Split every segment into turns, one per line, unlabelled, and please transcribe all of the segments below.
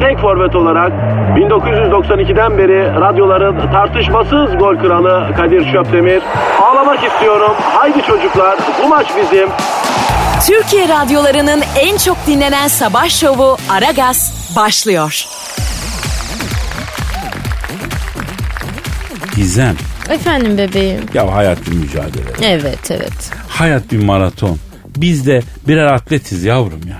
tek forvet olarak 1992'den beri radyoların tartışmasız gol kralı Kadir Şöpdemir. Ağlamak istiyorum. Haydi çocuklar bu maç bizim.
Türkiye radyolarının en çok dinlenen sabah şovu Aragaz başlıyor.
Gizem.
Efendim bebeğim.
Ya hayat bir mücadele.
Evet evet.
Hayat bir maraton. Biz de birer atletiz yavrum ya.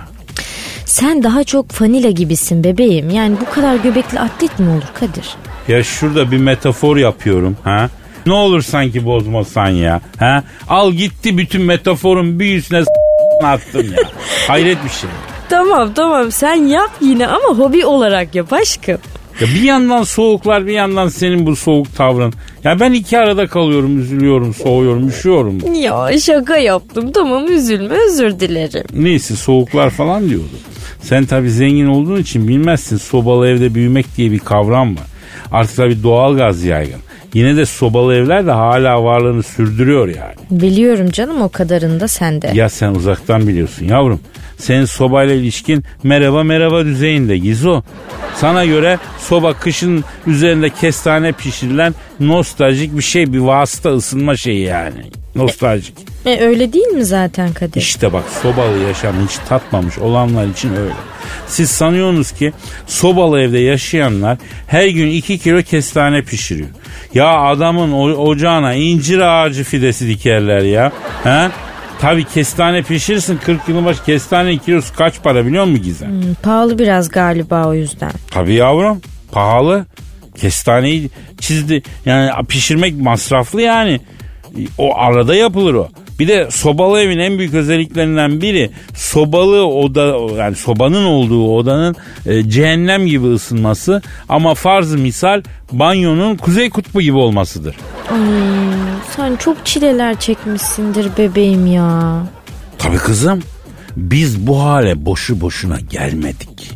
Sen daha çok fanila gibisin bebeğim. Yani bu kadar göbekli atlet mi olur Kadir?
Ya şurada bir metafor yapıyorum ha. Ne olur sanki bozmasan ya. Ha? Al gitti bütün metaforun büyüsüne s- attım ya. Hayret bir şey.
Tamam tamam sen yap yine ama hobi olarak yap aşkım.
Ya bir yandan soğuklar bir yandan senin bu soğuk tavrın. Ya ben iki arada kalıyorum, üzülüyorum, soğuyorum, üşüyorum.
Ya şaka yaptım tamam üzülme özür dilerim.
Neyse soğuklar falan diyordu. Sen tabii zengin olduğun için bilmezsin sobalı evde büyümek diye bir kavram var. Artık tabii doğalgaz yaygın. Yine de sobalı evler de hala varlığını sürdürüyor yani.
Biliyorum canım o kadarını da sende.
Ya sen uzaktan biliyorsun yavrum. Senin sobayla ilişkin merhaba merhaba düzeyinde Gizo. Sana göre soba kışın üzerinde kestane pişirilen nostaljik bir şey bir vasıta ısınma şeyi yani. Nostaljik.
E, öyle değil mi zaten Kadir?
İşte bak sobalı yaşam hiç tatmamış olanlar için öyle. Siz sanıyorsunuz ki sobalı evde yaşayanlar her gün 2 kilo kestane pişiriyor. Ya adamın o- ocağına incir ağacı fidesi dikerler ya. He? Tabi kestane pişirsin 40 yılın başı kestane kilosu kaç para biliyor musun Gizem?
Hı, Pahalı biraz galiba o yüzden.
Tabii yavrum pahalı. Kestaneyi çizdi. Yani pişirmek masraflı yani. O arada yapılır o. Bir de sobalı evin en büyük özelliklerinden biri sobalı oda yani sobanın olduğu odanın e, cehennem gibi ısınması ama farzı misal banyonun kuzey kutbu gibi olmasıdır.
Ay, sen çok çileler çekmişsindir bebeğim ya.
Tabii kızım. Biz bu hale boşu boşuna gelmedik.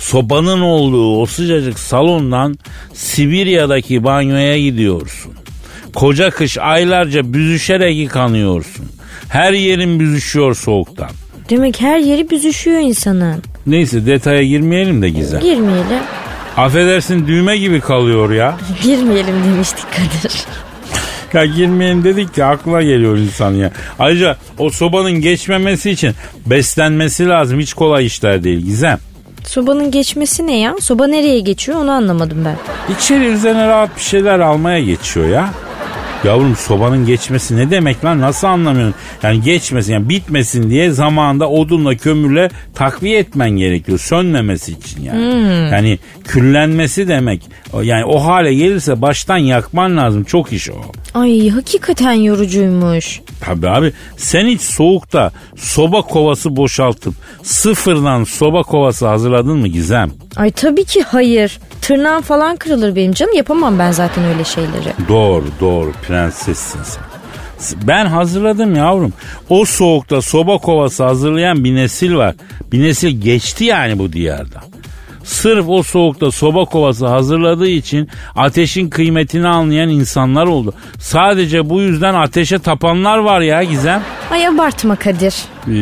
Sobanın olduğu o sıcacık salondan Sibirya'daki banyoya gidiyorsun. Koca kış aylarca büzüşerek yıkanıyorsun. Her yerin büzüşüyor soğuktan.
Demek her yeri büzüşüyor insanın.
Neyse detaya girmeyelim de Gizem.
Girmeyelim.
Affedersin düğme gibi kalıyor ya.
Girmeyelim demiştik Kadir.
Ya girmeyelim dedik de aklına geliyor insan ya. Ayrıca o sobanın geçmemesi için beslenmesi lazım. Hiç kolay işler değil Gizem.
Sobanın geçmesi ne ya? Soba nereye geçiyor onu anlamadım ben.
İçeri üzerine rahat bir şeyler almaya geçiyor ya. Yavrum sobanın geçmesi ne demek lan nasıl anlamıyorsun? Yani geçmesin yani bitmesin diye zamanında odunla kömürle takviye etmen gerekiyor sönmemesi için yani. Yani küllenmesi demek O- yani o hale gelirse baştan yakman lazım çok iş o.
Ay hakikaten yorucuymuş.
Tabii abi sen hiç soğukta soba kovası boşaltıp sıfırdan soba kovası hazırladın mı Gizem?
Ay tabii ki hayır. Tırnağım falan kırılır benim canım. Yapamam ben zaten öyle şeyleri.
Doğru doğru prensessin sen. Ben hazırladım yavrum. O soğukta soba kovası hazırlayan bir nesil var. Bir nesil geçti yani bu diyarda. Sırf o soğukta soba kovası hazırladığı için ateşin kıymetini anlayan insanlar oldu. Sadece bu yüzden ateşe tapanlar var ya Gizem.
Ay abartma Kadir.
Ee,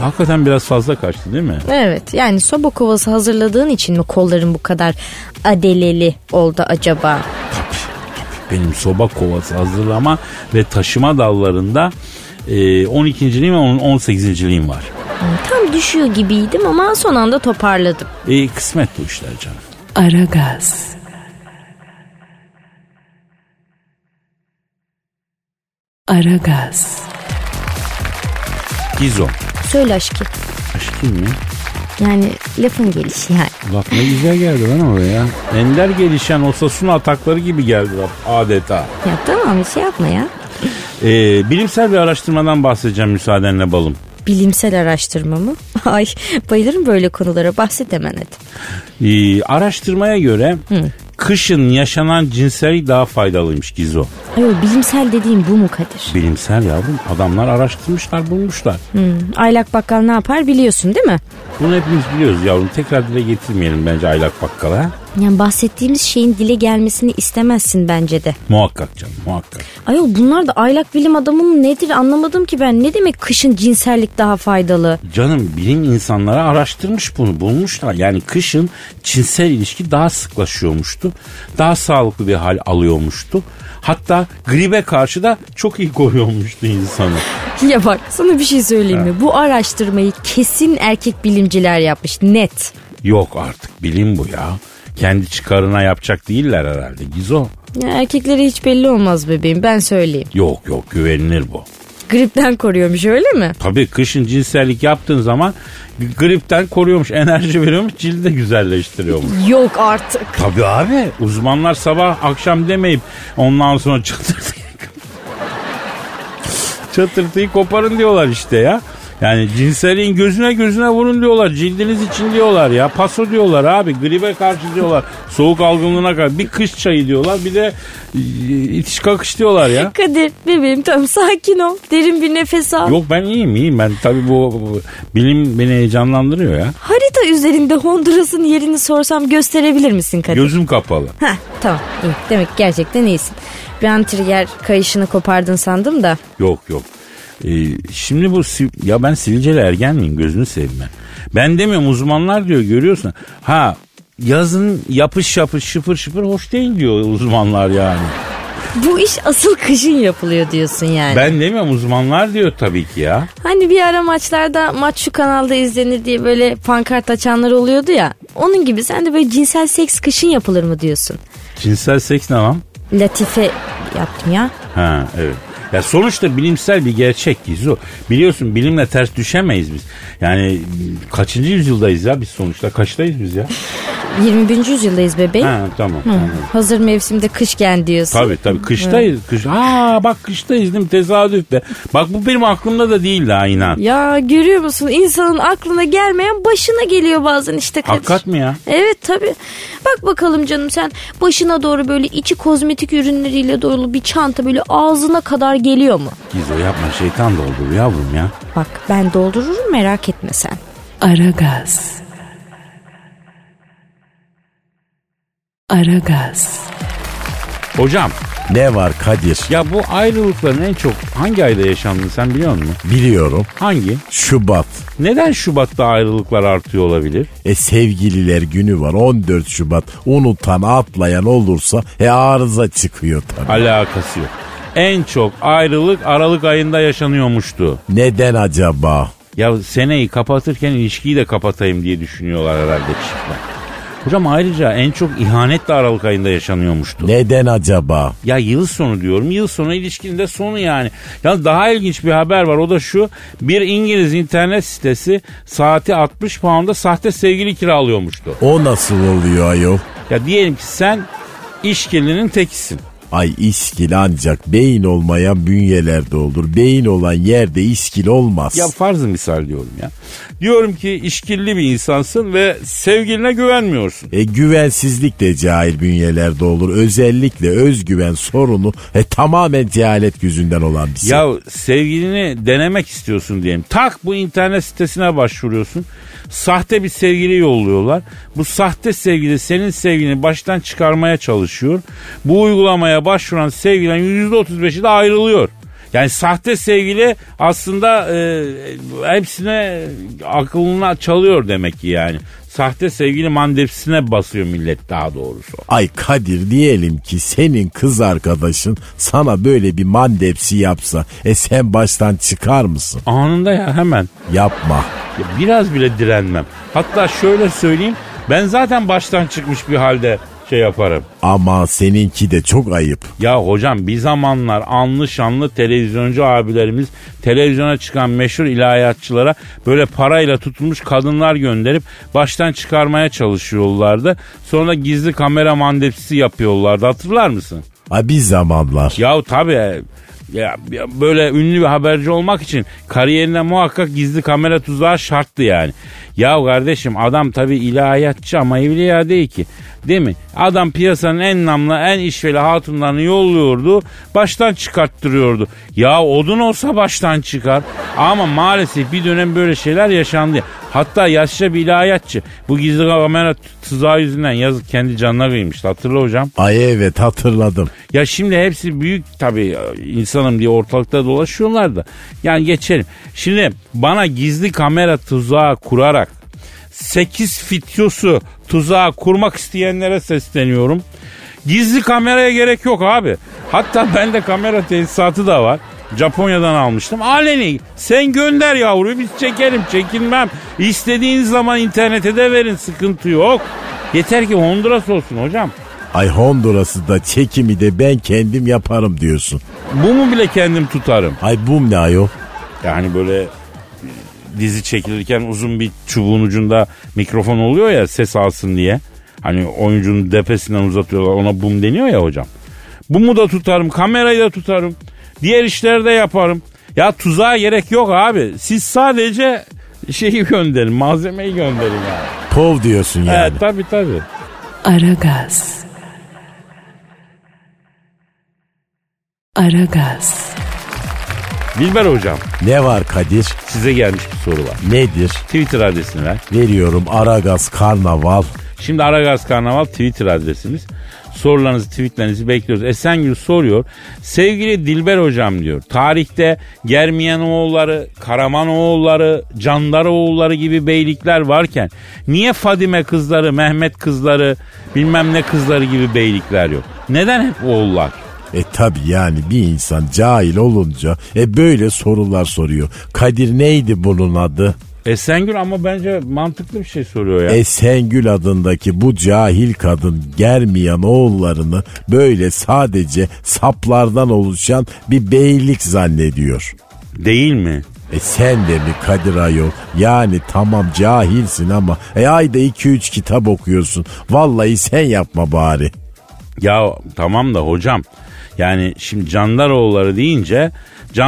hakikaten biraz fazla kaçtı değil mi?
Evet yani soba kovası hazırladığın için mi kolların bu kadar adeleli oldu acaba?
benim soba kovası hazırlama ve taşıma dallarında e, 12.liğim ve 18.liğim var.
Hmm, Tam düşüyor gibiydim ama son anda toparladım.
E, kısmet bu işler canım.
Aragaz, Aragaz,
Gizo.
Söyle aşkım.
Aşkım mı?
Yani lafın gelişi yani.
Laf ne güzel geldi lan oraya. Ender gelişen o Sasuna atakları gibi geldi laf adeta.
Ya tamam bir şey yapma ya.
Ee, bilimsel bir araştırmadan bahsedeceğim müsaadenle balım.
Bilimsel araştırma mı? Ay bayılırım böyle konulara bahset hemen hadi.
Ee, araştırmaya göre kışın yaşanan cinsellik daha faydalıymış Gizo.
Ay, bilimsel dediğim bu mu Kadir?
Bilimsel yavrum adamlar araştırmışlar bulmuşlar.
Hmm, Aylak bakkal ne yapar biliyorsun değil mi?
Bunu hepimiz biliyoruz yavrum tekrar dile getirmeyelim bence aylak bakkala. ha?
Yani bahsettiğimiz şeyin dile gelmesini istemezsin bence de.
Muhakkak canım muhakkak.
Ayol bunlar da aylak bilim adamının nedir anlamadım ki ben. Ne demek kışın cinsellik daha faydalı?
Canım bilim insanları araştırmış bunu bulmuşlar. Yani kışın cinsel ilişki daha sıklaşıyormuştu. Daha sağlıklı bir hal alıyormuştu. Hatta gribe karşı da çok iyi koruyormuştu insanı.
Ya bak sana bir şey söyleyeyim mi? Bu araştırmayı kesin erkek bilimciler yapmış net.
Yok artık bilim bu ya. Kendi çıkarına yapacak değiller herhalde Gizo.
Ya erkeklere hiç belli olmaz bebeğim ben söyleyeyim.
Yok yok güvenilir bu.
Gripten koruyormuş öyle mi?
Tabii kışın cinsellik yaptığın zaman gripten koruyormuş, enerji veriyormuş, cildi de güzelleştiriyormuş.
Yok artık.
Tabii abi. Uzmanlar sabah akşam demeyip ondan sonra çatırtıyı çatırtıyı koparın diyorlar işte ya. Yani cinselliğin gözüne gözüne vurun diyorlar. Cildiniz için diyorlar ya. Paso diyorlar abi. Gribe karşı diyorlar. Soğuk algınlığına karşı. Bir kış çayı diyorlar. Bir de e, itiş kakış diyorlar ya.
Kadir bebeğim tamam sakin ol. Derin bir nefes al.
Yok ben iyiyim iyiyim. Ben tabii bu, bu bilim beni heyecanlandırıyor ya.
Harita üzerinde Honduras'ın yerini sorsam gösterebilir misin Kadir?
Gözüm kapalı.
Heh tamam iyi. Demek ki gerçekten iyisin. Bir an trigger kayışını kopardın sandım da.
Yok yok. Ee, şimdi bu si- ya ben sivilceli ergen miyim gözünü seveyim ben. Ben demiyorum uzmanlar diyor görüyorsun. Ha yazın yapış yapış şıpır şıpır hoş değil diyor uzmanlar yani.
Bu iş asıl kışın yapılıyor diyorsun yani.
Ben demiyorum uzmanlar diyor tabii ki ya.
Hani bir ara maçlarda maç şu kanalda izlenir diye böyle pankart açanlar oluyordu ya. Onun gibi sen de böyle cinsel seks kışın yapılır mı diyorsun.
Cinsel seks ne lan?
Latife yaptım ya.
Ha evet. Ya sonuçta bilimsel bir gerçek Gizu. Biliyorsun bilimle ters düşemeyiz biz. Yani kaçıncı yüzyıldayız ya biz sonuçta? Kaçtayız biz ya?
21. yüzyıldayız bebeğim.
Ha tamam tamam.
Hazır mevsimde kışken diyorsun.
Tabii tabii kıştayız. Kış. Aa bak kıştayız değil mi? Tesadüf be. Bak bu benim aklımda da değil daha inan.
Ya görüyor musun insanın aklına gelmeyen başına geliyor bazen işte Kadir.
Hakikat mi ya?
Evet tabii. Bak bakalım canım sen başına doğru böyle içi kozmetik ürünleriyle dolu bir çanta böyle ağzına kadar geliyor mu?
Gizo yapma şeytan doldur yavrum ya.
Bak ben doldururum merak etme sen.
Aragaz. Aragaz.
Hocam
Ne var Kadir?
ya bu ayrılıkların en çok hangi ayda yaşandığını sen biliyor musun?
Biliyorum.
Hangi?
Şubat.
Neden Şubat'ta ayrılıklar artıyor olabilir?
E sevgililer günü var 14 Şubat. Unutan atlayan olursa e arıza çıkıyor tabii.
Alakası yok. En çok ayrılık Aralık ayında yaşanıyormuştu.
Neden acaba?
Ya seneyi kapatırken ilişkiyi de kapatayım diye düşünüyorlar herhalde çiftler. Hocam ayrıca en çok ihanet de Aralık ayında yaşanıyormuştu.
Neden acaba?
Ya yıl sonu diyorum. Yıl sonu ilişkinin de sonu yani. Ya daha ilginç bir haber var. O da şu. Bir İngiliz internet sitesi saati 60 pound'a sahte sevgili kiralıyormuştu.
O nasıl oluyor ayol?
Ya diyelim ki sen işkillinin tekisin.
Ay iskil ancak beyin olmayan bünyelerde olur. Beyin olan yerde iskil olmaz.
Ya farzı misal diyorum ya. Diyorum ki işkilli bir insansın ve sevgiline güvenmiyorsun.
E, güvensizlik de cahil bünyelerde olur. Özellikle özgüven sorunu e, tamamen cehalet yüzünden olan bir şey.
Ya sevgilini denemek istiyorsun diyelim. Tak bu internet sitesine başvuruyorsun. Sahte bir sevgili yolluyorlar. Bu sahte sevgili senin sevgilini baştan çıkarmaya çalışıyor. Bu uygulamaya başvuran sevgilerin %35'i de ayrılıyor. Yani sahte sevgili aslında e, hepsine aklına çalıyor demek ki yani. Sahte sevgili mandepsine basıyor millet daha doğrusu.
Ay Kadir diyelim ki senin kız arkadaşın sana böyle bir mandepsi yapsa e sen baştan çıkar mısın?
Anında ya hemen.
Yapma.
Ya biraz bile direnmem. Hatta şöyle söyleyeyim. Ben zaten baştan çıkmış bir halde şey yaparım.
Ama seninki de çok ayıp.
Ya hocam bir zamanlar anlı şanlı televizyoncu abilerimiz televizyona çıkan meşhur ilahiyatçılara böyle parayla tutulmuş kadınlar gönderip baştan çıkarmaya çalışıyorlardı. Sonra gizli kamera mandepsisi yapıyorlardı hatırlar mısın?
Ha bir zamanlar.
Ya tabii e, ya, ya böyle ünlü bir haberci olmak için kariyerine muhakkak gizli kamera tuzağı şarttı yani. Ya kardeşim adam tabii ilahiyatçı ama evliya değil ki. Değil mi? Adam piyasanın en namlı en işveli hatunlarını yolluyordu. Baştan çıkarttırıyordu. Ya odun olsa baştan çıkar. Ama maalesef bir dönem böyle şeyler yaşandı. Hatta yaşlı bir ilahiyatçı bu gizli kamera tuzağı yüzünden yazık kendi canına kıymıştı. Hatırla hocam.
Ay evet hatırladım.
Ya şimdi hepsi büyük tabii insanım diye ortalıkta dolaşıyorlar da. Yani geçelim. Şimdi bana gizli kamera tuzağı kurarak 8 fityosu tuzağa kurmak isteyenlere sesleniyorum. Gizli kameraya gerek yok abi. Hatta bende kamera tesisatı da var. Japonya'dan almıştım. Aleni sen gönder yavruyu biz çekerim çekinmem. İstediğiniz zaman internete de verin sıkıntı yok. Yeter ki Honduras olsun hocam.
Ay Honduras'ı da çekimi de ben kendim yaparım diyorsun.
Bu mu bile kendim tutarım.
Ay bum ne ayol?
Yani böyle e, dizi çekilirken uzun bir çubuğun ucunda mikrofon oluyor ya ses alsın diye. Hani oyuncunun depesinden uzatıyorlar ona bum deniyor ya hocam. Bumu da tutarım kamerayı da tutarım. Diğer işleri de yaparım. Ya tuzağa gerek yok abi. Siz sadece şeyi gönderin malzemeyi gönderin yani.
Pov diyorsun yani.
Evet tabii tabii.
Aragaz. Aragaz.
Dilber hocam
Ne var Kadir?
size gelmiş bir soru var.
Nedir?
Twitter adresini ver.
Veriyorum Aragaz Karnaval.
Şimdi Aragaz Karnaval Twitter adresimiz. Sorularınızı, tweetlerinizi bekliyoruz. Esengül soruyor. Sevgili Dilber Hocam diyor. Tarihte Germiyanoğulları, Karamanoğulları, Candaroğulları gibi beylikler varken niye Fadime kızları, Mehmet kızları, bilmem ne kızları gibi beylikler yok? Neden hep oğullar?
E tabi yani bir insan cahil olunca e böyle sorular soruyor. Kadir neydi bunun adı?
Esengül ama bence mantıklı bir şey soruyor
E,
ya.
Esengül adındaki bu cahil kadın germiyan oğullarını böyle sadece saplardan oluşan bir beylik zannediyor.
Değil mi?
E sen de mi Kadir Ayol? Yani tamam cahilsin ama e ayda 2-3 kitap okuyorsun. Vallahi sen yapma bari.
Ya tamam da hocam. Yani şimdi Candaroğulları deyince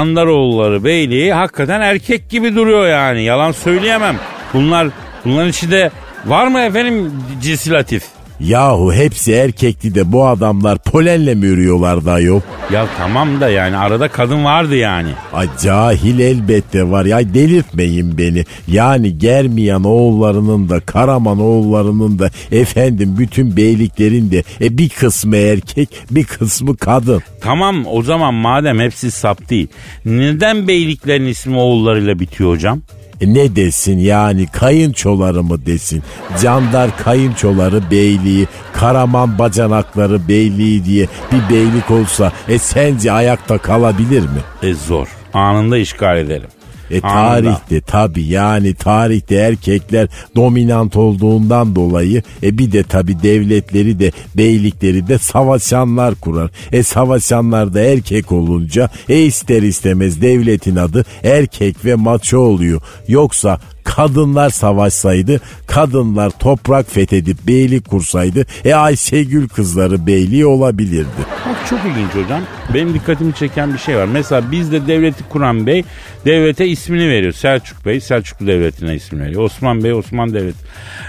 Candaroğulları Beyliği hakikaten erkek gibi duruyor yani. Yalan söyleyemem. Bunlar bunların içinde var mı efendim cisilatif?
Yahu hepsi erkekti de bu adamlar polenle mi yürüyorlardı ayol?
Ya tamam da yani arada kadın vardı yani.
Ay cahil elbette var ya delirtmeyin beni. Yani Germiyan oğullarının da Karaman oğullarının da efendim bütün beyliklerin de e, bir kısmı erkek bir kısmı kadın.
Tamam o zaman madem hepsi sap değil. Neden beyliklerin ismi oğullarıyla bitiyor hocam?
E, ne desin yani kayınçoları mı desin? Candar kayınçoları beyliği, Karaman bacanakları beyliği diye bir beylik olsa e sence ayakta kalabilir mi?
E zor. Anında işgal edelim.
E
Anında.
tarihte tabi yani tarihte erkekler dominant olduğundan dolayı e bir de tabi devletleri de beylikleri de savaşanlar kurar. E savaşanlar da erkek olunca e ister istemez devletin adı erkek ve maço oluyor. Yoksa kadınlar savaşsaydı, kadınlar toprak fethedip beylik kursaydı e Ayşegül kızları beyliği olabilirdi.
Bak çok ilginç hocam. Benim dikkatimi çeken bir şey var. Mesela bizde devleti kuran bey devlete ismini veriyor. Selçuk Bey Selçuklu Devleti'ne ismini veriyor. Osman Bey Osman Devleti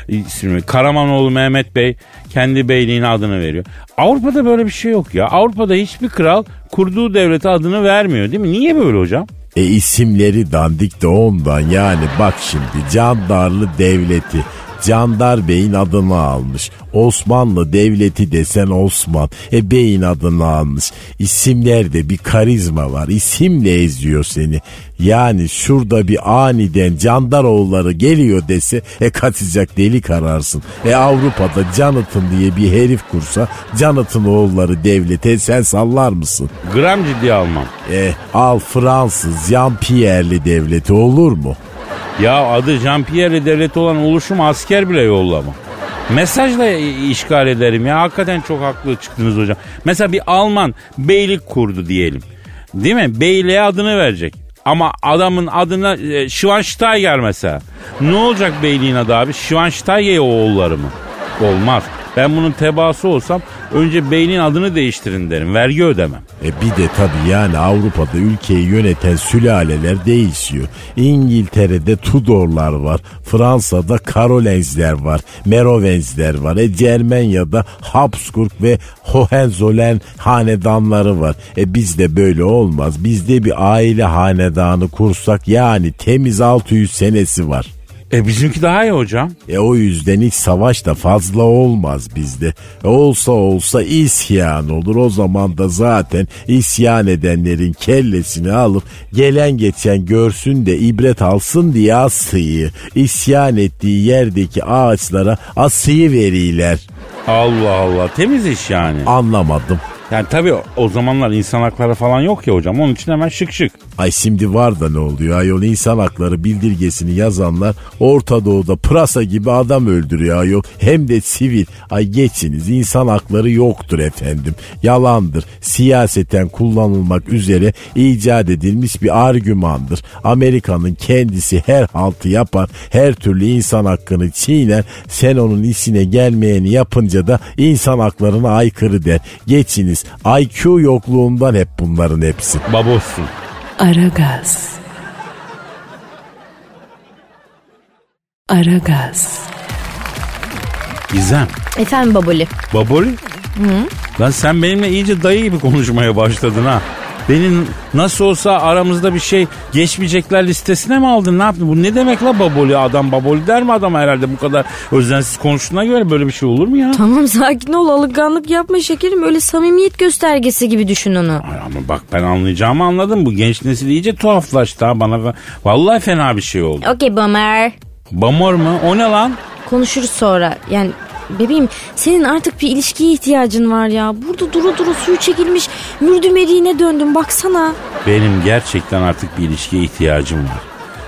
ismini veriyor. Karamanoğlu Mehmet Bey kendi beyliğine adını veriyor. Avrupa'da böyle bir şey yok ya. Avrupa'da hiçbir kral kurduğu devlete adını vermiyor değil mi? Niye böyle hocam?
E isimleri dandik de ondan yani bak şimdi Candarlı Devleti. Candar Bey'in adını almış. Osmanlı Devleti desen Osman. E Bey'in adını almış. İsimlerde bir karizma var. İsimle eziyor seni. Yani şurada bir aniden Candaroğulları geliyor dese e kaçacak deli kararsın. E Avrupa'da Jonathan diye bir herif kursa Jonathan oğulları devlete sen sallar mısın?
Gram ciddiye almam.
E, al Fransız Jean Pierre'li devleti olur mu?
Ya adı Jean Pierre devleti olan oluşum asker bile yollama. Mesajla i- işgal ederim ya. Hakikaten çok haklı çıktınız hocam. Mesela bir Alman beylik kurdu diyelim. Değil mi? Beyliğe adını verecek. Ama adamın adına e, Schwansteiger mesela. Ne olacak beyliğin adı abi? Schwansteiger oğulları mı? Olmaz. Ben bunun tebaası olsam önce beyliğin adını değiştirin derim. Vergi ödemem.
E bir de tabii yani Avrupa'da ülkeyi yöneten sülaleler değişiyor. İngiltere'de Tudorlar var. Fransa'da Karolenzler var. Merovenzler var. E Cermenya'da Habsburg ve Hohenzollern hanedanları var. E bizde böyle olmaz. Bizde bir aile hanedanı kursak yani temiz 600 senesi var.
E bizimki daha iyi hocam.
E o yüzden hiç savaş da fazla olmaz bizde. E olsa olsa isyan olur. O zaman da zaten isyan edenlerin kellesini alıp gelen geçen görsün de ibret alsın diye asıyı, isyan ettiği yerdeki ağaçlara asıyı veriler.
Allah Allah temiz iş yani.
Anlamadım.
Yani tabii o zamanlar insan hakları falan yok ya hocam. Onun için hemen şık şık.
Ay şimdi var da ne oluyor? Ayol insan hakları bildirgesini yazanlar Orta Doğu'da pırasa gibi adam öldürüyor ayol. Hem de sivil. Ay geçiniz insan hakları yoktur efendim. Yalandır. Siyaseten kullanılmak üzere icat edilmiş bir argümandır. Amerika'nın kendisi her haltı yapar. Her türlü insan hakkını çiğner. Sen onun işine gelmeyeni yapınca da insan haklarına aykırı der. Geçiniz. IQ yokluğundan hep bunların hepsi.
Babossun.
Aragaz. Aragaz.
Gizem.
Efendim baboli.
Baboli. Lan sen benimle iyice dayı gibi konuşmaya başladın ha. Benim nasıl olsa aramızda bir şey geçmeyecekler listesine mi aldın ne yaptın? Bu ne demek la baboli adam baboli der mi adam herhalde bu kadar özensiz konuştuğuna göre böyle bir şey olur mu ya?
Tamam sakin ol alınganlık yapma şekerim öyle samimiyet göstergesi gibi düşün onu.
Ay Ama bak ben anlayacağımı anladım bu genç nesil iyice tuhaflaştı ha bana. Vallahi fena bir şey oldu.
Okey Bömer.
Bamor mu? O ne lan?
Konuşuruz sonra yani bebeğim senin artık bir ilişkiye ihtiyacın var ya. Burada duru duru suyu çekilmiş mürdüm eriğine döndüm baksana.
Benim gerçekten artık bir ilişkiye ihtiyacım var.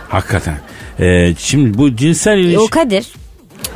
Hakikaten. Ee, şimdi bu cinsel ilişki...
O Kadir.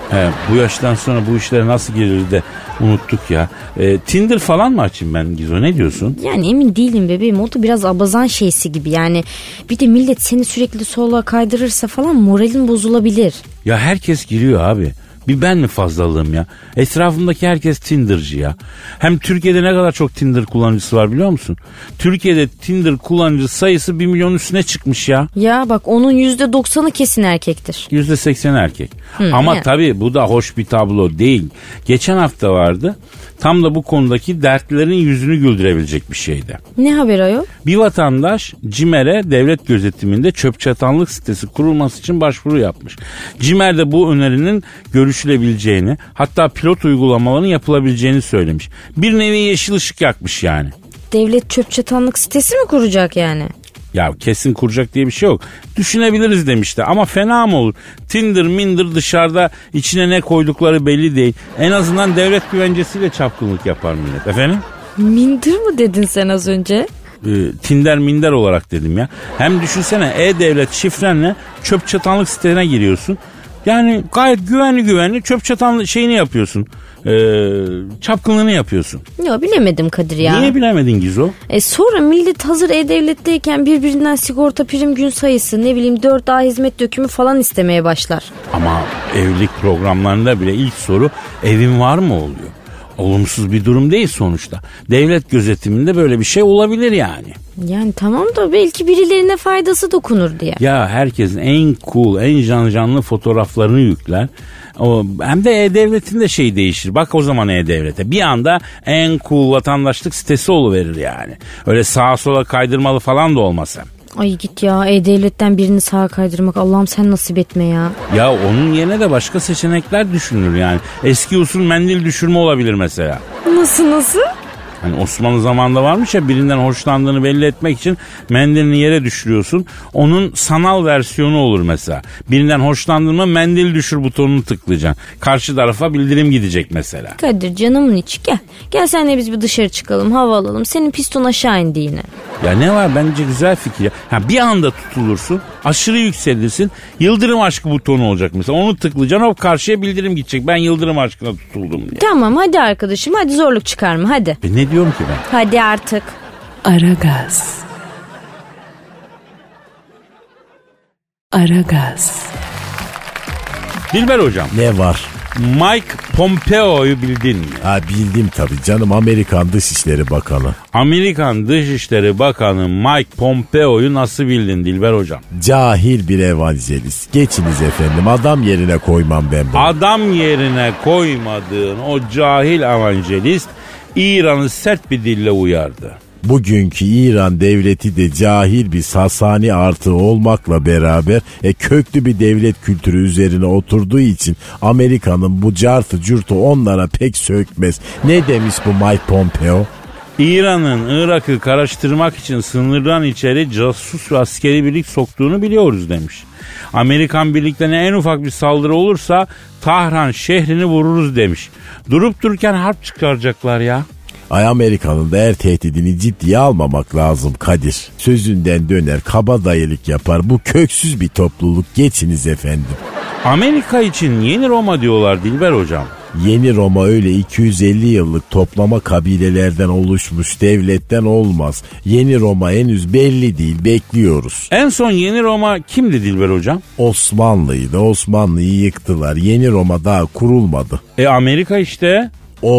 He, bu yaştan sonra bu işlere nasıl girilir de unuttuk ya. Ee, Tinder falan mı açayım ben Gizo ne diyorsun?
Yani emin değilim bebeğim o da biraz abazan şeysi gibi yani. Bir de millet seni sürekli sola kaydırırsa falan moralin bozulabilir.
Ya herkes giriyor abi. Bir ben mi fazlalığım ya? Etrafımdaki herkes Tinder'cı ya. Hem Türkiye'de ne kadar çok Tinder kullanıcısı var biliyor musun? Türkiye'de Tinder kullanıcı sayısı 1 milyon üstüne çıkmış ya.
Ya bak onun yüzde doksanı kesin erkektir.
%80 erkek. Ama
yani.
tabii bu da hoş bir tablo değil. Geçen hafta vardı. Tam da bu konudaki dertlerin yüzünü güldürebilecek bir şeydi.
Ne haber ayol?
Bir vatandaş CİMER'e devlet gözetiminde çöp çatanlık sitesi kurulması için başvuru yapmış. CİMER de bu önerinin görüşülebileceğini hatta pilot uygulamaların yapılabileceğini söylemiş. Bir nevi yeşil ışık yakmış yani.
Devlet çöp çatanlık sitesi mi kuracak yani?
Ya kesin kuracak diye bir şey yok. Düşünebiliriz demişti ama fena mı olur? Tinder mindir dışarıda içine ne koydukları belli değil. En azından devlet güvencesiyle çapkınlık yapar millet. Efendim?
Mindir mi dedin sen az önce?
e, Tinder minder olarak dedim ya. Hem düşünsene e-devlet şifrenle çöp çatanlık sitesine giriyorsun. Yani gayet güvenli güvenli çöp çatanlık şeyini yapıyorsun. E, çapkınlığını yapıyorsun.
Ya bilemedim Kadir ya.
Niye bilemedin Gizo?
E sonra millet hazır e-devletteyken birbirinden sigorta prim gün sayısı ne bileyim 4A hizmet dökümü falan istemeye başlar.
Ama evlilik programlarında bile ilk soru evin var mı oluyor. Olumsuz bir durum değil sonuçta. Devlet gözetiminde böyle bir şey olabilir yani.
Yani tamam da belki birilerine faydası dokunur diye.
Ya herkesin en cool, en can canlı fotoğraflarını yükler. O, hem de E-Devlet'in de şeyi değişir. Bak o zaman E-Devlet'e. Bir anda en cool vatandaşlık sitesi oluverir yani. Öyle sağa sola kaydırmalı falan da olmasa.
Ay git ya e-devletten birini sağa kaydırmak Allah'ım sen nasip etme ya.
Ya onun yerine de başka seçenekler düşünülür yani. Eski usul mendil düşürme olabilir mesela.
Nasıl nasıl?
Hani Osmanlı zamanında varmış ya birinden hoşlandığını belli etmek için mendilini yere düşürüyorsun. Onun sanal versiyonu olur mesela. Birinden hoşlandın mı mendil düşür butonunu tıklayacaksın. Karşı tarafa bildirim gidecek mesela.
Kadir canımın içi gel. Gel senle biz bir dışarı çıkalım hava alalım. Senin piston aşağı indi yine.
Ya ne var bence güzel fikir ya. Ha, bir anda tutulursun aşırı yükselirsin yıldırım aşkı butonu olacak mesela onu tıklayacaksın hop karşıya bildirim gidecek ben yıldırım aşkına tutuldum diye.
Tamam hadi arkadaşım hadi zorluk çıkarma hadi.
E ne diyorum ki ben?
Hadi artık.
Aragaz. Aragaz.
Dilber hocam
Ne var?
Mike Pompeo'yu bildin mi?
Ha bildim tabii canım Amerikan Dışişleri Bakanı.
Amerikan Dışişleri Bakanı Mike Pompeo'yu nasıl bildin Dilber hocam?
Cahil bir evangelist. Geçiniz efendim adam yerine koymam ben bunu.
Adam yerine koymadığın o cahil evangelist İran'ı sert bir dille uyardı.
Bugünkü İran devleti de cahil bir Sasani artığı olmakla beraber e, köklü bir devlet kültürü üzerine oturduğu için Amerika'nın bu cartı curtu onlara pek sökmez. Ne demiş bu Mike Pompeo?
İran'ın Irak'ı karıştırmak için sınırdan içeri casus ve askeri birlik soktuğunu biliyoruz demiş. Amerikan birliklerine en ufak bir saldırı olursa Tahran şehrini vururuz demiş. Durup dururken harp çıkaracaklar ya.
Ay Amerika'nın da her tehdidini ciddiye almamak lazım Kadir. Sözünden döner kabadayılık yapar bu köksüz bir topluluk geçiniz efendim.
Amerika için yeni Roma diyorlar Dilber hocam.
Yeni Roma öyle 250 yıllık toplama kabilelerden oluşmuş devletten olmaz. Yeni Roma henüz belli değil bekliyoruz.
En son yeni Roma kimdi Dilber hocam?
Osmanlı'ydı Osmanlı'yı yıktılar yeni Roma daha kurulmadı.
E Amerika işte.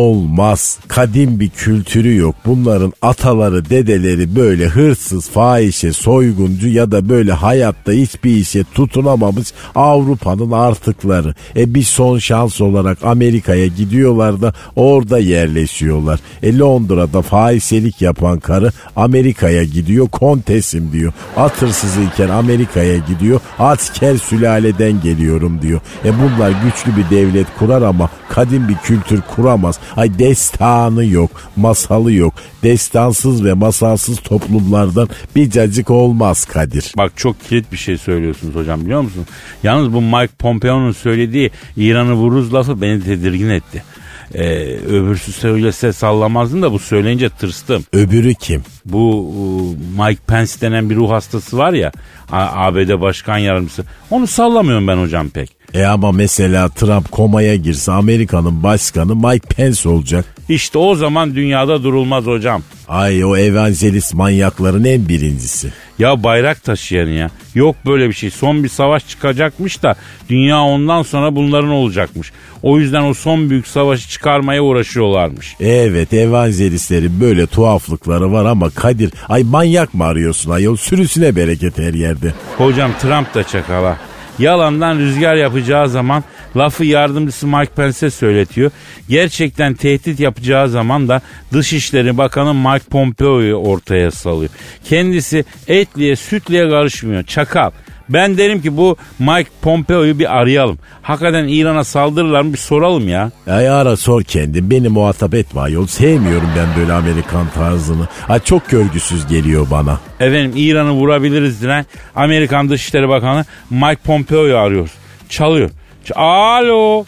Olmaz. Kadim bir kültürü yok. Bunların ataları, dedeleri böyle hırsız, fahişe, soyguncu ya da böyle hayatta hiçbir işe tutunamamış Avrupa'nın artıkları. E bir son şans olarak Amerika'ya gidiyorlar da orada yerleşiyorlar. E Londra'da fahişelik yapan karı Amerika'ya gidiyor kontesim diyor. At hırsızı iken Amerika'ya gidiyor. Asker sülaleden geliyorum diyor. E bunlar güçlü bir devlet kurar ama kadim bir kültür kuramaz. Ay destanı yok, masalı yok. Destansız ve masalsız toplumlardan bir cacık olmaz Kadir.
Bak çok kilit bir şey söylüyorsunuz hocam biliyor musun? Yalnız bu Mike Pompeo'nun söylediği İran'ı vururuz lafı beni tedirgin etti. Ee, öbürsü söylese sallamazdın da bu söyleyince tırstım.
Öbürü kim?
Bu e, Mike Pence denen bir ruh hastası var ya A- ABD Başkan Yardımcısı. Onu sallamıyorum ben hocam pek.
E ama mesela Trump komaya girse Amerika'nın başkanı Mike Pence olacak.
İşte o zaman dünyada durulmaz hocam.
Ay o evangelist manyakların en birincisi.
Ya bayrak taşıyanı ya. Yok böyle bir şey. Son bir savaş çıkacakmış da dünya ondan sonra bunların olacakmış. O yüzden o son büyük savaşı çıkarmaya uğraşıyorlarmış.
Evet evangelistlerin böyle tuhaflıkları var ama Kadir ay manyak mı arıyorsun ayol sürüsüne bereket her yerde.
Hocam Trump da çakala. Yalandan rüzgar yapacağı zaman lafı yardımcısı Mike Pence'e söyletiyor. Gerçekten tehdit yapacağı zaman da Dışişleri Bakanı Mike Pompeo'yu ortaya salıyor. Kendisi etliye sütliye karışmıyor. Çakal. Ben derim ki bu Mike Pompeo'yu bir arayalım. Hakikaten İran'a saldırırlar mı bir soralım ya.
Ay ara sor kendin beni muhatap etme ayol sevmiyorum ben böyle Amerikan tarzını. Ay çok görgüsüz geliyor bana.
Efendim İran'ı vurabiliriz diren Amerikan Dışişleri Bakanı Mike Pompeo'yu arıyoruz. Çalıyor. Ç- Alo.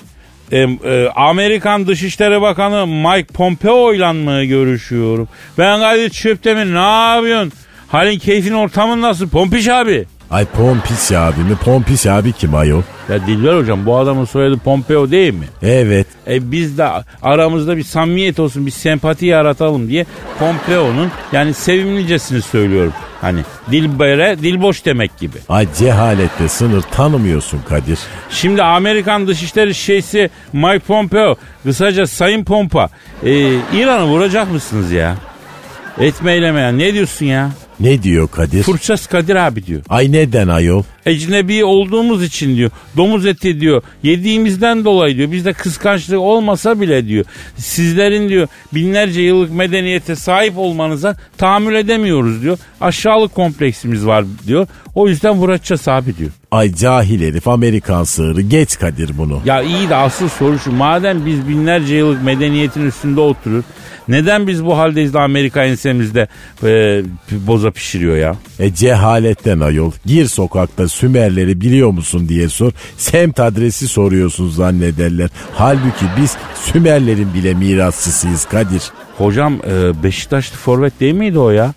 E, e, Amerikan Dışişleri Bakanı Mike Pompeo ile mi görüşüyorum? Ben Kadir Çöptemir ne yapıyorsun? Halin keyfin ortamın nasıl? Pompiş abi.
Ay Pompis abi mi Pompis abi kim ayol?
Ya Dilber hocam bu adamın soyadı Pompeo değil mi?
Evet
E biz de aramızda bir samimiyet olsun bir sempati yaratalım diye Pompeo'nun yani sevimlicesini söylüyorum. Hani Dilber'e dilboş demek gibi.
ay cehalette sınır tanımıyorsun Kadir.
Şimdi Amerikan Dışişleri Şeysi Mike Pompeo, kısaca Sayın Pompa, e, İran'ı vuracak mısınız ya? Etme eyleme ya. Ne diyorsun ya?
Ne diyor Kadir?
Fırças Kadir abi diyor.
Ay neden ayol?
Ecnebi olduğumuz için diyor. Domuz eti diyor. Yediğimizden dolayı diyor. Bizde kıskançlık olmasa bile diyor. Sizlerin diyor binlerce yıllık medeniyete sahip olmanıza tahammül edemiyoruz diyor. Aşağılık kompleksimiz var diyor. O yüzden vuracağız abi diyor.
Ay cahil herif Amerikan sığırı geç Kadir bunu.
Ya iyi de asıl soru şu. Madem biz binlerce yıllık medeniyetin üstünde oturur. Neden biz bu haldeyiz de Amerika ensemizde e, boza pişiriyor ya?
E cehaletten ayol. Gir sokakta Sümerleri biliyor musun diye sor. Semt adresi soruyorsun zannederler. Halbuki biz Sümerlerin bile mirasçısıyız Kadir.
Hocam e, Beşiktaşlı forvet değil miydi o ya?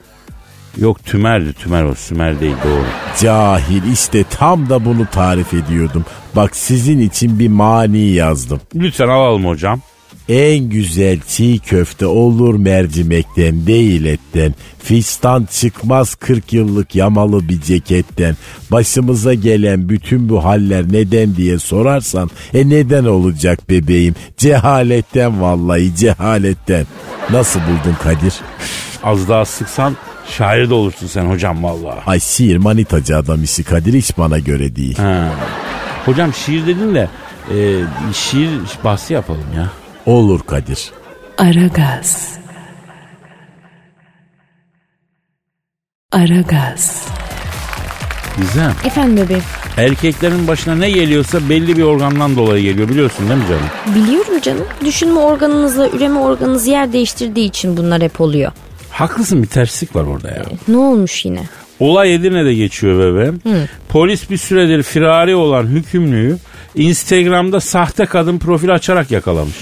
Yok tümerdi tümer o sümer değil doğru.
Cahil işte tam da bunu tarif ediyordum. Bak sizin için bir mani yazdım.
Lütfen alalım hocam.
En güzel çiğ köfte olur mercimekten değil etten. Fistan çıkmaz 40 yıllık yamalı bir ceketten. Başımıza gelen bütün bu haller neden diye sorarsan e neden olacak bebeğim? Cehaletten vallahi cehaletten. Nasıl buldun Kadir?
Az daha sıksan şair de olursun sen hocam vallahi.
Ay şiir manitacı adam işi Kadir hiç bana göre değil.
Ha. Hocam şiir dedin de e, şiir bahsi yapalım ya.
Olur Kadir.
Aragaz. Aragaz.
Gizem.
Efendim bebeğim.
Erkeklerin başına ne geliyorsa belli bir organdan dolayı geliyor biliyorsun değil mi canım?
Biliyorum canım. Düşünme organınızla üreme organınız yer değiştirdiği için bunlar hep oluyor.
Haklısın bir terslik var orada ya.
Ne olmuş yine?
Olay Edirne'de geçiyor bebeğim. Polis bir süredir firari olan hükümlüyü Instagram'da sahte kadın profil açarak yakalamış.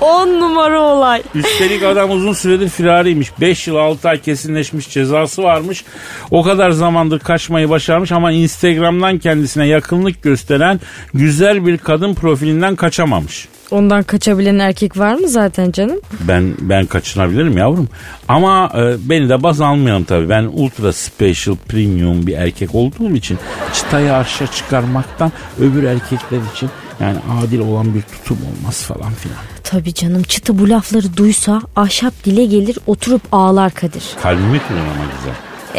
On numara olay.
Üstelik adam uzun süredir firariymiş. 5 yıl 6 ay kesinleşmiş cezası varmış. O kadar zamandır kaçmayı başarmış ama Instagram'dan kendisine yakınlık gösteren güzel bir kadın profilinden kaçamamış.
Ondan kaçabilen erkek var mı zaten canım?
Ben ben kaçınabilirim yavrum. Ama e, beni de baz almayalım tabii. Ben ultra special premium bir erkek olduğum için çıtayı aşağı çıkarmaktan öbür erkekler için yani adil olan bir tutum olmaz falan filan.
Tabii canım çıtı bu lafları duysa ahşap dile gelir oturup ağlar Kadir.
Kalbimi kırın ama güzel.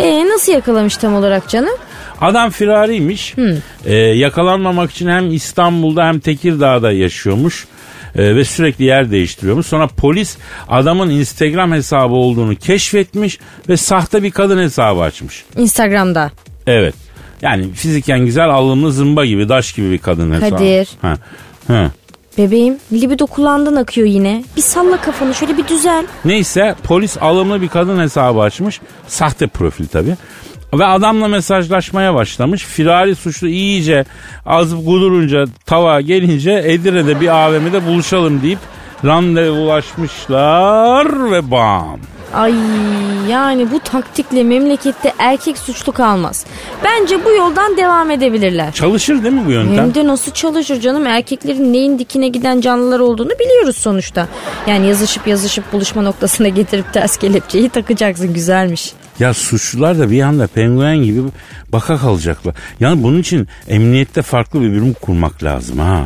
E nasıl yakalamış tam olarak canım?
Adam firariymiş. Ee, yakalanmamak için hem İstanbul'da hem Tekirdağ'da yaşıyormuş. Ee, ve sürekli yer değiştiriyormuş. Sonra polis adamın Instagram hesabı olduğunu keşfetmiş ve sahte bir kadın hesabı açmış.
Instagram'da.
Evet. Yani fiziken güzel, alımlı zımba gibi, daş gibi bir kadın hesabı.
Kadir.
Ha. Ha.
Bebeğim libido kulağından akıyor yine. Bir salla kafanı şöyle bir düzel.
Neyse polis alımlı bir kadın hesabı açmış. Sahte profil tabii. Ve adamla mesajlaşmaya başlamış. Firari suçlu iyice az gudurunca tava gelince Edirne'de bir AVM'de buluşalım deyip randevulaşmışlar ve bam.
Ay yani bu taktikle memlekette erkek suçlu kalmaz. Bence bu yoldan devam edebilirler.
Çalışır değil mi bu yöntem?
Hem de nasıl çalışır canım erkeklerin neyin dikine giden canlılar olduğunu biliyoruz sonuçta. Yani yazışıp yazışıp buluşma noktasına getirip ters kelepçeyi takacaksın güzelmiş.
Ya suçlular da bir anda penguen gibi baka kalacaklar. Yani bunun için emniyette farklı bir birim kurmak lazım ha.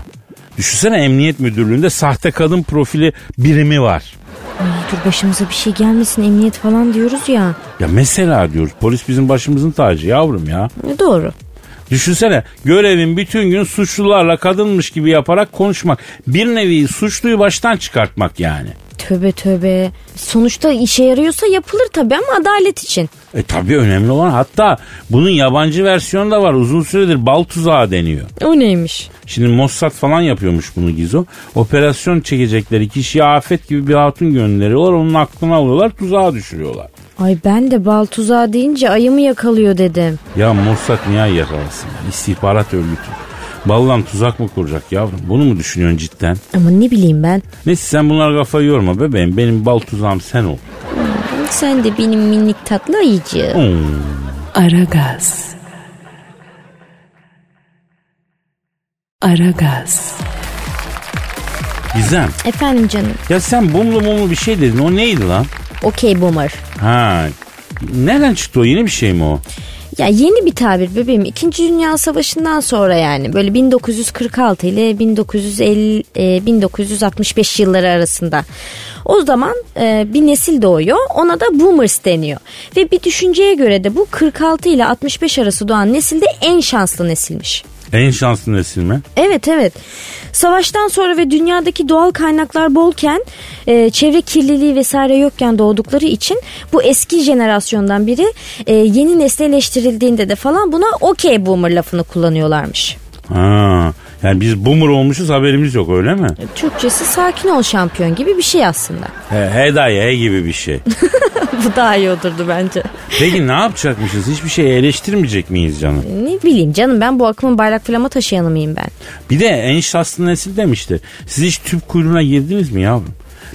Düşünsene emniyet müdürlüğünde sahte kadın profili birimi var.
Ay dur başımıza bir şey gelmesin emniyet falan diyoruz ya.
Ya mesela diyoruz polis bizim başımızın tacı yavrum ya.
E, Doğru.
Düşünsene görevin bütün gün suçlularla kadınmış gibi yaparak konuşmak. Bir nevi suçluyu baştan çıkartmak yani.
Tövbe tövbe. Sonuçta işe yarıyorsa yapılır tabii ama adalet için.
E tabi önemli olan hatta bunun yabancı versiyonu da var uzun süredir bal tuzağı deniyor.
O neymiş?
Şimdi Mossad falan yapıyormuş bunu Gizo. Operasyon çekecekleri kişiye afet gibi bir hatun gönderiyorlar onun aklını alıyorlar tuzağa düşürüyorlar.
Ay ben de bal tuzağı deyince ayımı yakalıyor dedim.
Ya Mossad niye yakalasın? İstihbarat örgütü. Ballam tuzak mı kuracak yavrum? Bunu mu düşünüyorsun cidden?
Ama ne bileyim ben.
Neyse sen bunlara kafayı yorma bebeğim. Benim bal tuzağım sen ol.
Sen de benim minik tatlı ayıcığım.
Aragaz. Aragaz.
Gizem.
Efendim canım.
Ya sen bumlu mumlu bir şey dedin. O neydi lan?
Okey boomer.
Ha. Nereden çıktı o? Yeni bir şey mi o?
Ya yeni bir tabir bebeğim. İkinci Dünya Savaşı'ndan sonra yani böyle 1946 ile 1950 e, 1965 yılları arasında. O zaman e, bir nesil doğuyor. Ona da boomers deniyor. Ve bir düşünceye göre de bu 46 ile 65 arası doğan nesilde en şanslı nesilmiş.
En şanslı nesil mi?
Evet evet. Savaştan sonra ve dünyadaki doğal kaynaklar bolken e, çevre kirliliği vesaire yokken doğdukları için bu eski jenerasyondan biri e, yeni nesneleştirildiğinde de falan buna okey boomer lafını kullanıyorlarmış.
Ha. Yani biz boomer olmuşuz haberimiz yok öyle mi?
Türkçesi sakin ol şampiyon gibi bir şey aslında.
He, hedaye he gibi bir şey.
bu daha iyi olurdu bence.
Peki ne yapacakmışız? Hiçbir şey eleştirmeyecek miyiz canım?
Ne bileyim canım ben bu akımın bayrak flama taşıyanı mıyım ben?
Bir de en şanslı nesil demişti. Siz hiç tüp kuyruğuna girdiniz mi yavrum?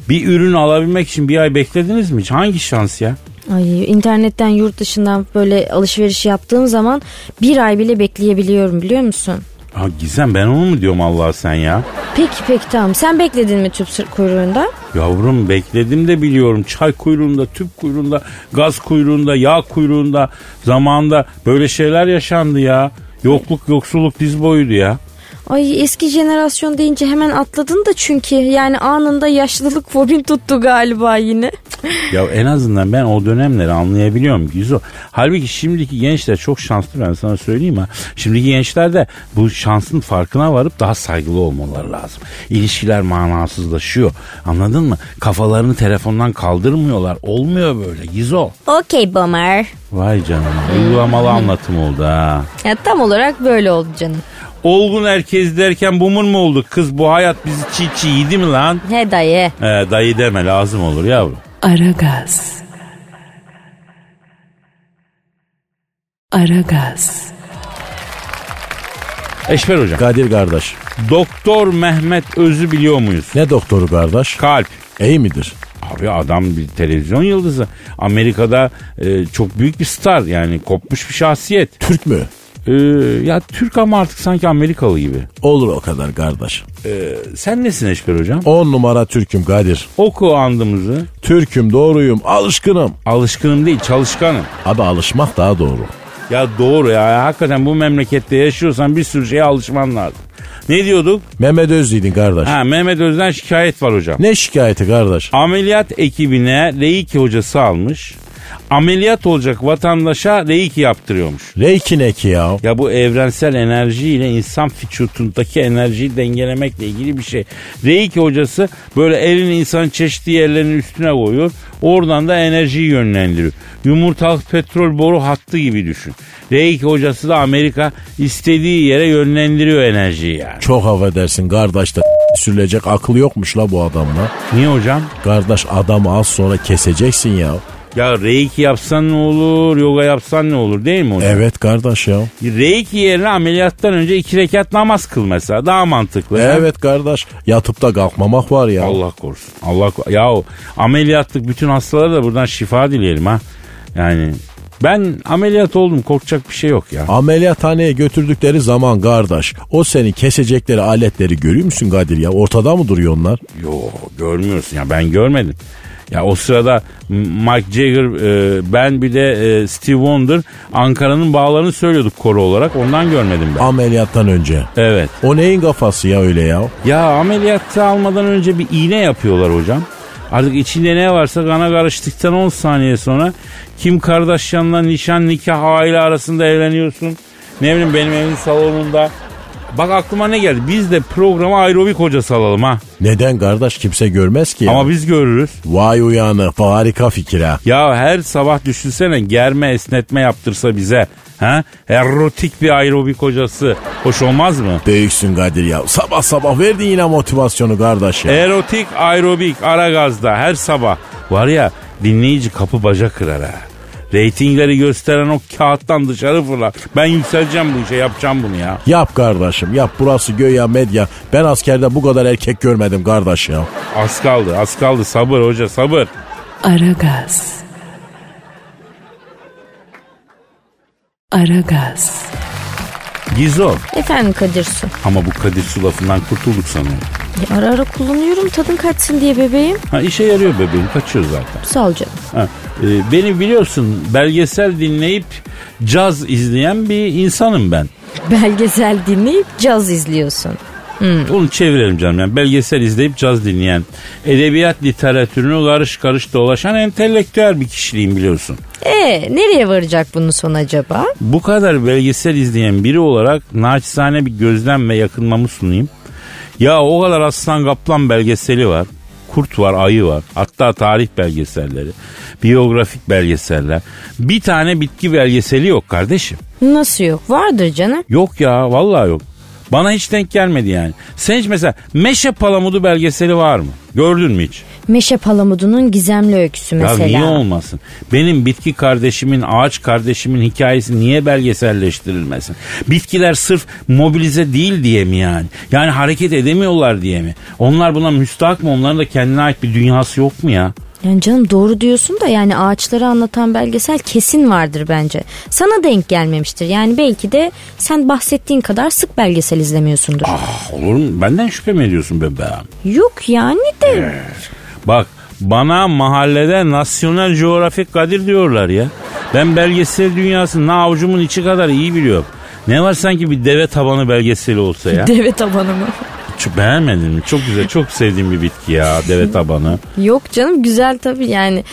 Bir ürün alabilmek için bir ay beklediniz mi hiç? Hangi şans ya?
Ay internetten yurt dışından böyle alışveriş yaptığım zaman bir ay bile bekleyebiliyorum biliyor musun?
Ha Gizem ben onu mu diyorum Allah sen ya?
Peki peki tamam. Sen bekledin mi tüpsür kuyruğunda?
Yavrum bekledim de biliyorum çay kuyruğunda, tüp kuyruğunda, gaz kuyruğunda, yağ kuyruğunda zamanda böyle şeyler yaşandı ya. Yokluk yoksulluk diz boyuydu ya.
Ay eski jenerasyon deyince hemen atladın da çünkü yani anında yaşlılık fobim tuttu galiba yine.
Ya en azından ben o dönemleri anlayabiliyorum Gizo. Halbuki şimdiki gençler çok şanslı ben sana söyleyeyim ha. Şimdiki gençler de bu şansın farkına varıp daha saygılı olmaları lazım. İlişkiler manasızlaşıyor. Anladın mı? Kafalarını telefondan kaldırmıyorlar. Olmuyor böyle Gizo.
Okey boomer.
Vay canına. Uygulamalı anlatım oldu ha.
Ya tam olarak böyle oldu canım.
Olgun erkez derken bumur mu olduk? Kız bu hayat bizi çiğ çiğ yedi mi lan?
He dayı.
Ee, dayı deme lazım olur yavrum.
Aragaz. Aragaz.
Eşber hocam.
Kadir kardeş.
Doktor Mehmet Öz'ü biliyor muyuz?
Ne doktoru kardeş?
Kalp.
İyi midir?
Abi adam bir televizyon yıldızı. Amerika'da e, çok büyük bir star yani kopmuş bir şahsiyet.
Türk mü?
E, ya Türk ama artık sanki Amerikalı gibi.
Olur o kadar kardeş.
Sen nesin Eşber hocam?
On numara Türk'üm Kadir.
Oku andımızı.
Türk'üm doğruyum alışkınım.
Alışkınım değil çalışkanım.
Abi alışmak daha doğru.
Ya doğru ya hakikaten bu memlekette yaşıyorsan bir sürü şeye alışman lazım. Ne diyorduk?
Mehmet Özlüydin kardeş.
Ha Mehmet Öz'den şikayet var hocam.
Ne şikayeti kardeş?
Ameliyat ekibine reiki hocası almış. Ameliyat olacak vatandaşa reiki yaptırıyormuş.
Reiki ne ki ya?
Ya bu evrensel enerjiyle insan vücudundaki enerjiyi dengelemekle ilgili bir şey. Reiki hocası böyle elini insanın çeşitli yerlerinin üstüne koyuyor. Oradan da enerjiyi yönlendiriyor. Yumurtalık petrol boru hattı gibi düşün. Reiki hocası da Amerika istediği yere yönlendiriyor enerjiyi yani.
Çok affedersin kardeş de sürülecek akıl yokmuş la bu adamla.
Niye hocam?
Kardeş adamı az sonra keseceksin ya.
Ya reiki yapsan ne olur, yoga yapsan ne olur değil mi hocam?
Evet kardeş ya.
Reiki yerine ameliyattan önce iki rekat namaz kıl mesela daha mantıklı.
Evet kardeş yatıp da kalkmamak var ya.
Allah korusun. Allah kor- Yahu ameliyatlık bütün hastalara da buradan şifa dileyelim ha. Yani ben ameliyat oldum korkacak bir şey yok ya.
Ameliyathaneye götürdükleri zaman kardeş o seni kesecekleri aletleri görüyor musun Kadir ya? Ortada mı duruyor onlar?
Yo görmüyorsun ya ben görmedim. Ya o sırada M- Mike Jagger e, ben bir de e, Steve Wonder Ankara'nın bağlarını söylüyorduk koro olarak ondan görmedim ben.
Ameliyattan önce.
Evet.
O neyin kafası ya öyle ya?
Ya ameliyatta almadan önce bir iğne yapıyorlar hocam. Artık içinde ne varsa kana karıştıktan 10 saniye sonra Kim Kardashian'la nişan nikah aile arasında evleniyorsun. Ne bileyim benim evin salonunda. Bak aklıma ne geldi? Biz de programa aerobik hocası alalım ha.
Neden kardeş kimse görmez ki ya?
Ama biz görürüz.
Vay uyanık harika fikir ha.
Ya her sabah düşünsene germe esnetme yaptırsa bize. Ha? Erotik bir aerobik hocası. Hoş olmaz mı?
Büyüksün Kadir ya. Sabah sabah verdin yine motivasyonu kardeş ya.
Erotik aerobik ara gazda her sabah. Var ya dinleyici kapı baca kırar ha. Reytingleri gösteren o kağıttan dışarı fırlar. Ben yükseleceğim bu işe yapacağım bunu ya.
Yap kardeşim yap burası göya medya. Ben askerde bu kadar erkek görmedim kardeş ya.
Az kaldı az kaldı sabır hoca sabır.
Aragaz. Aragaz.
Gizo
Efendim Kadir Su.
ama bu Kadir Su lafından kurtulduk sanırım.
E, ara ara kullanıyorum tadın kaçsın diye bebeğim.
Ha işe yarıyor bebeğim kaçıyor zaten.
Sağ ol canım.
Ha, e, beni biliyorsun belgesel dinleyip caz izleyen bir insanım ben.
Belgesel dinleyip caz izliyorsun.
Onu çevirelim canım. Yani belgesel izleyip caz dinleyen, edebiyat literatürünü karış karış dolaşan entelektüel bir kişiliğim biliyorsun.
E nereye varacak bunun son acaba?
Bu kadar belgesel izleyen biri olarak naçizane bir gözlem ve yakınmamı sunayım. Ya o kadar aslan kaplan belgeseli var. Kurt var, ayı var. Hatta tarih belgeselleri, biyografik belgeseller. Bir tane bitki belgeseli yok kardeşim.
Nasıl yok? Vardır canım.
Yok ya, vallahi yok. Bana hiç denk gelmedi yani. Sen hiç mesela Meşe Palamudu belgeseli var mı? Gördün mü hiç?
Meşe Palamudu'nun gizemli öyküsü
Ya
mesela.
niye olmasın? Benim bitki kardeşimin, ağaç kardeşimin hikayesi niye belgeselleştirilmesin? Bitkiler sırf mobilize değil diye mi yani? Yani hareket edemiyorlar diye mi? Onlar buna müstahak mı? Onların da kendine ait bir dünyası yok mu ya?
Yani canım doğru diyorsun da yani ağaçları anlatan belgesel kesin vardır bence. Sana denk gelmemiştir. Yani belki de sen bahsettiğin kadar sık belgesel izlemiyorsundur.
Ah, olur mu? Benden şüphe mi ediyorsun bebeğim?
Yok yani de.
Bak bana mahallede nasyonel coğrafik Kadir diyorlar ya. Ben belgesel dünyasını avucumun içi kadar iyi biliyorum. Ne var sanki bir deve tabanı belgeseli olsa ya.
Deve tabanı mı?
Çok beğenmedin mi? Çok güzel, çok sevdiğim bir bitki ya deve tabanı.
Yok canım güzel tabii yani.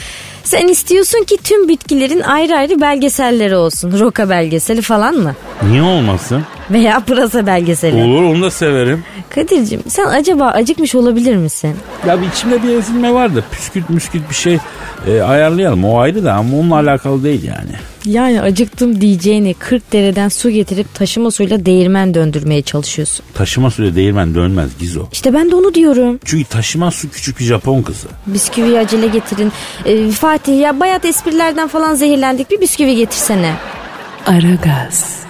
Sen istiyorsun ki tüm bitkilerin ayrı ayrı belgeselleri olsun. Roka belgeseli falan mı?
Niye olmasın?
Veya pırasa belgeseli.
Olur onu da severim.
Kadir'cim sen acaba acıkmış olabilir misin?
Ya bir içimde bir ezilme var da püsküt müsküt bir şey e, ayarlayalım. O ayrı da ama onunla alakalı değil yani.
Yani acıktım diyeceğini 40 dereden su getirip taşıma suyla değirmen döndürmeye çalışıyorsun.
Taşıma suya değirmen dönmez Gizo.
İşte ben de onu diyorum.
Çünkü taşıma su küçük bir Japon kızı.
Bisküvi acele getirin. Ee, Fatih ya bayat esprilerden falan zehirlendik bir bisküvi getirsene.
Aragaz.